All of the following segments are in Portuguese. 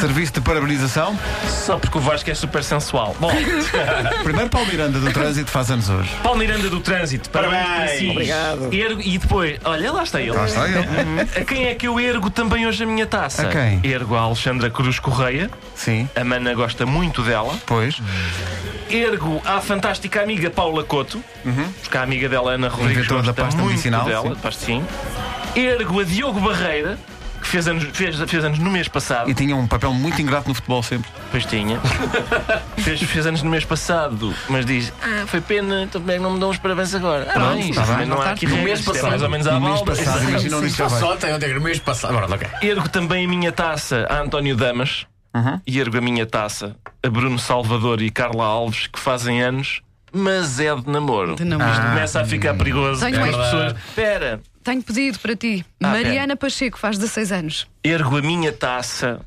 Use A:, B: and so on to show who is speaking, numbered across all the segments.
A: Serviço de parabenização.
B: Só porque o Vasco é super sensual. Bom,
A: Primeiro Paulo Miranda do Trânsito faz anos hoje.
B: Paulo Miranda do Trânsito, parabéns, para si. Obrigado. Ergo, e depois, olha, lá está ele.
C: Ah,
A: Lá está ele.
B: A quem é que eu ergo também hoje a minha taça?
A: A quem?
B: Ergo a Alexandra Cruz Correia.
A: Sim.
B: A Mana gosta muito dela.
A: Pois.
B: Ergo à fantástica amiga Paula Coto. Porque a amiga dela, Ana Rodrigues,
A: Inventora Uhum. da
B: gosta
A: pasta
B: muito
A: medicinal,
B: dela.
A: sim.
B: de Pasta, sim. Ergo a Diogo Barreira. Que fez anos, fez, fez anos no mês passado.
A: E tinha um papel muito ingrato no futebol sempre.
B: Pois tinha. fez, fez anos no mês passado, mas diz: Ah, foi pena, então como é que não me dão os parabéns agora? Ah,
A: Pronto,
B: bem,
A: está
B: isso
A: bem.
B: também não há aqui no mês passado. mais ou
C: Tá
B: menos à
A: No mês
B: balda.
A: passado, imagina onde isto já vai.
D: Só tem ontem, no mês um passado. Agora, ok.
B: Ergo também a minha taça a António Damas e ergo a minha taça a Bruno Salvador e Carla Alves, que fazem anos, mas é de namoro.
C: De namoro.
B: Isto
C: Ah,
B: começa a ficar perigoso.
C: Tenho
B: porque
C: mais-
B: as pessoas. Espera,
C: Tenho pedido para ti.
B: Ah,
C: Mariana Pacheco faz 16 anos.
B: ergo a minha taça.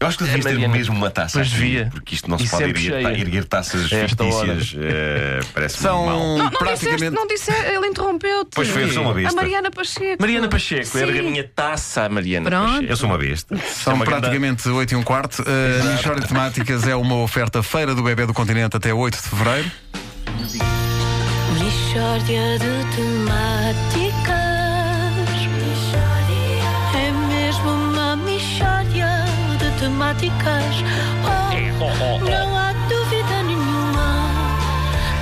E: Eu acho que devias ter
B: Mariana.
E: mesmo uma taça.
B: Pois
E: aqui,
B: devia.
E: Porque isto não
B: E
E: se pode
B: sempre cheia.
E: erguer, ta- erguer taças
B: A esta
E: fictícias. eh, Parece-me
A: São
E: mal.
C: Não, não
A: praticamente.
C: disseste, não disse, ele interrompeu-te.
E: Pois foi, eu sou uma
C: A
E: besta. é
C: Mariana Pacheco.
B: Mariana Pacheco, ergo a minha taça a Mariana
C: Pronto.
B: Pacheco.
E: Eu sou uma besta.
A: São praticamente 8 e um quarto. A Michória de Temáticas é uma oferta feira do bebê do continente até 8 de fevereiro.
F: Mishória de temáticas É mesmo uma mishória de temáticas
E: É.
F: oh, Não há dúvida nenhuma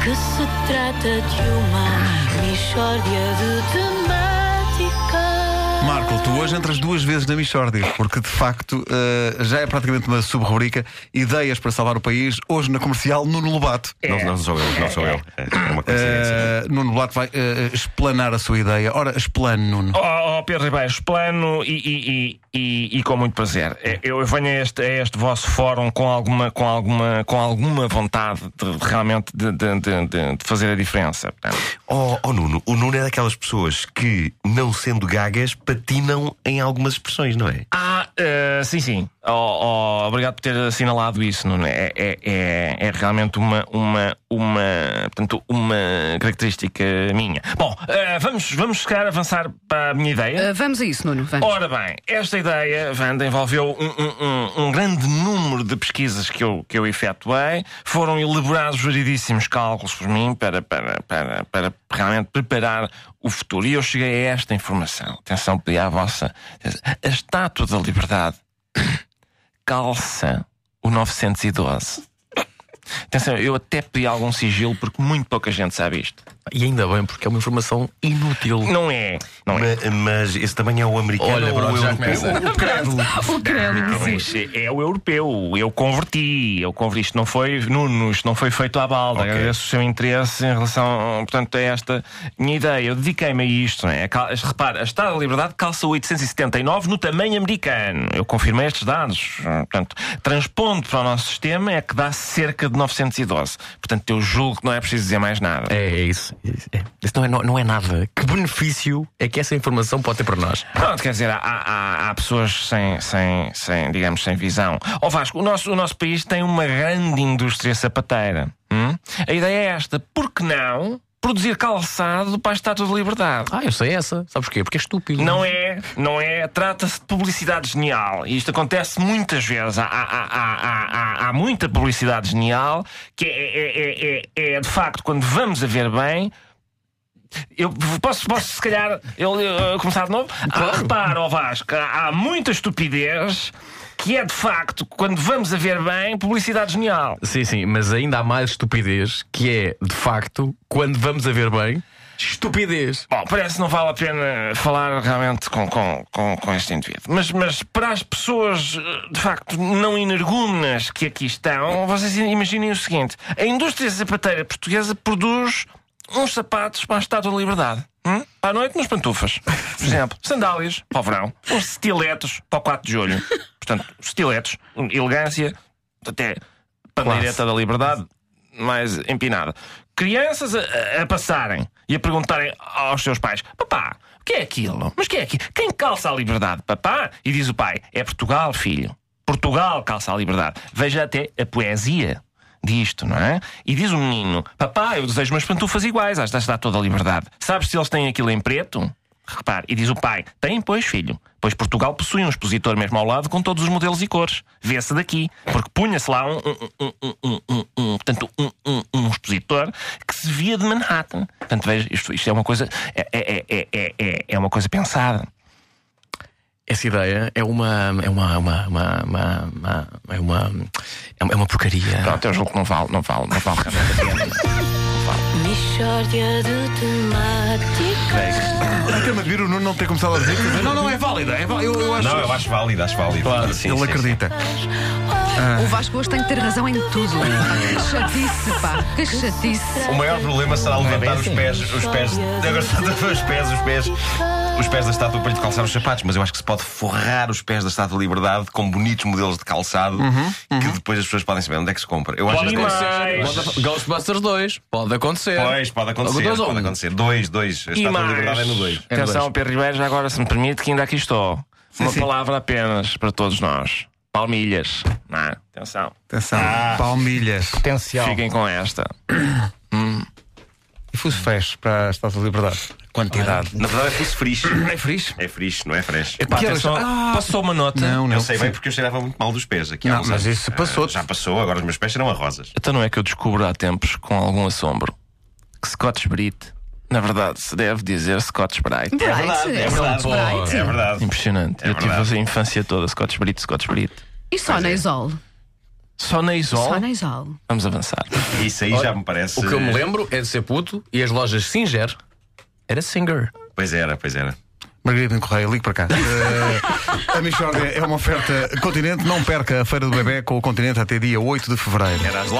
F: Que se trata de uma mishória de temáticas
A: Marco, tu hoje entras duas vezes na Michórdia, porque de facto eh, já é praticamente uma subrubrica Ideias para Salvar o País, hoje na comercial Nuno Lobato.
E: Não, não sou eu, não sou eu. É uma coincidência.
A: Eh, Nuno Lobato vai eh, explanar a sua ideia. Ora, explane, Nuno.
G: Oh, oh, Pedro Ribeiro, plano e, e- e- e- e com muito prazer. É, Eu, eu venho a este, a este vosso fórum com alguma, com alguma, com alguma vontade de, de realmente de, de- de- de- de fazer a diferença. Portanto,
E: Oh, oh, Nuno, o Nuno é daquelas pessoas que, não sendo gagas, patinam em algumas expressões, não é?
G: Ah, eh, sim, sim. Oh, oh, obrigado por ter assinalado isso, Nuno. É, é- é- é realmente uma, uma, uma, portanto, uma característica minha. Bom, eh, vamos, vamos chegar a avançar para a minha ideia.
C: Ah, vamos a isso, Nuno. Vamos.
G: Ora bem, esta ideia, Wanda, envolveu um, um- um- um grande número de pesquisas que eu, que eu efetuei. Foram elaborados variedíssimos cálculos por mim para, para, para, para realmente preparar o futuro. E eu cheguei a esta informação. Atenção, pedi à vossa. A Estátua da Liberdade calça o 912. Atenção, eu até pedi algum sigilo porque muito pouca gente sabe isto.
D: E ainda bem, porque é uma informação inútil.
G: Não é. Não é.
E: Ma- Mas esse também é o americano
D: Olha,
E: ou
D: pronto,
E: o
D: já
E: europeu?
D: começa.
C: o credo. Ah, O credo.
G: Não, isto é é o europeu. Eu converti. Eu converti. Isto não foi, Nuno, isto não foi feito à balda.
E: Ok.
G: Agradeço o seu interesse em relação, portanto, a esta minha ideia. Eu dediquei-me a isto. Não é? Cal- Repara, a Estado da Liberdade calça 879 no tamanho americano. Eu confirmei estes dados. Portanto, transpondo para o nosso sistema é que dá cerca de 912. Portanto, eu julgo que não é preciso dizer mais nada.
D: É, é isso. é isso, é. Isso não é, não, não é nada. Que benefício é que essa informação pode ter para nós?
G: Pronto, Ah, quer dizer, há, há- há- há pessoas sem, sem, sem, digamos, sem visão. Ó Vasco, o nosso, o nosso país tem uma grande indústria sapateira. hum? A ideia é esta: por que não produzir calçado para a Estátua de Liberdade?
D: Ah, eu sei essa. Sabes porquê? Porque é estúpido.
G: Não é, não é. Trata-se de publicidade genial. E isto acontece muitas vezes. Há, há- há- há- há- há- há muita publicidade genial que é, é- é- é- é, de facto, quando vamos a ver bem. Eu posso, posso se calhar, eu, eu, começar de novo? Há, repara, ó Vasco, há há muita estupidez que é de facto, quando vamos a ver bem, publicidade genial.
D: Sim, sim, mas ainda há mais estupidez, que é, de facto, quando vamos a ver bem, estupidez.
G: Bom, parece que não vale a pena falar realmente com, com, com, com este indivíduo. Mas, mas para as pessoas, eh, de facto, não energunas que aqui estão, vocês imaginem o seguinte: a indústria sapateira portuguesa produz uns sapatos para a Estátua da Liberdade. hum? Para a noite, umas pantufas. Por exemplo, sandálias para o verão, uns estiletos para o 4 de julho. Portanto, estiletos, elegância, até pandeireta da liberdade mais empinada. Crianças a, a passarem e a perguntarem aos seus pais: Papá, o que é aquilo? Mas o que é aquilo? Quem calça a liberdade, papá? E diz o pai: É Portugal, filho. Portugal calça a liberdade. Veja até a poesia disto, não é? E diz o menino: Papá, eu desejo umas pantufas iguais às da Estátua da Liberdade. Sabes se eles têm aquilo em preto? Repare, e diz o pai: Tem, pois, filho. Pois Portugal possui um expositor mesmo ao lado com todos os modelos e cores. Vê-se daqui. Porque punha-se lá um, um, um, um, um, um, um, portanto, um, um, um expositor que se via de Manhattan. Portanto, veja, isto, isto é uma coisa. É, é, é, é, é, é uma coisa pensada.
D: Essa ideia é uma. é uma. uma, uma, uma, uma- é uma. é uma- é uma porcaria.
G: Pronto, eu julgo que não vale, não vale, não vale realmente a pena.
F: Mishória de temáticas.
A: Acaba de vir o Nuno não ter começado a dizer. quer dizer, Não, não, é válida. É válida eu, eu acho.
E: Não, eu acho válido, acho válido. Claro, sim,
A: ele
E: sim,
A: acredita.
C: O Vasco hoje tem que ter razão em tudo.
E: É
C: Que chatice, pá. Que chatice.
E: O maior problema será levantar os
D: assim.
E: pés, os pés, agora só estava os pés, os pés, os pés da estátua para lhe calçar os sapatos, mas eu acho que se pode forrar os pés da estátua de liberdade com bonitos modelos de calçado que depois as pessoas podem saber onde é que se compra. Eu acho que é-
D: Pode- Ghostbusters 2. Pode acontecer.
E: Pois, pode acontecer,
D: Dois ou
E: pode
D: um?
E: acontecer. Dois, dois. A estátua de liberdade é no dois.
D: É no
B: Atenção,
D: dois.
B: Pedro Ribeiro, já agora, se me permite, que ainda aqui estou. Uma palavra apenas para todos nós. Palmilhas. Não, é? atenção.
A: Atenção. Palmilhas.
B: Fiquem com esta.
A: E fuso fecho para a Estátua da Liberdade.
B: Quantidade.
E: Na verdade é fosse frisch.
A: É fris?
E: É frisch, não é fresh.
B: Epá,
A: Que
B: atenção.
A: horas? Ah!
B: Passou uma nota.
A: Não, não.
E: Eu sei bem porque eu cheirava muito mal dos pés aqui há
A: Não,
E: uns
A: mas
E: anos.
A: isso passou.
E: Ah, Já passou, agora os meus pés serão a rosas.
B: Então não é que eu descubro há tempos, com algum assombro, que Scott Brite, na verdade, se deve dizer Scott Sprite.
C: Bright,
E: é verdade.
C: Bright.
E: É verdade.
B: Impressionante.
E: É
B: eu
E: verdade.
B: tive a infância toda, Scott Brite, Scott Brite.
C: E só na Isol.
B: Só na Isol.
C: Só na Isol.
B: Vamos avançar.
E: Isso aí já me parece.
D: O que eu me lembro é de ser puto e as lojas Singer era Singer.
E: Pois era, pois era.
A: Margarida Pinto Correia, ligue para cá. Eh, a Michórdia é uma oferta continente. Não perca a Feira do Bebé com o continente até dia 8 de fevereiro.
E: Era as lojas.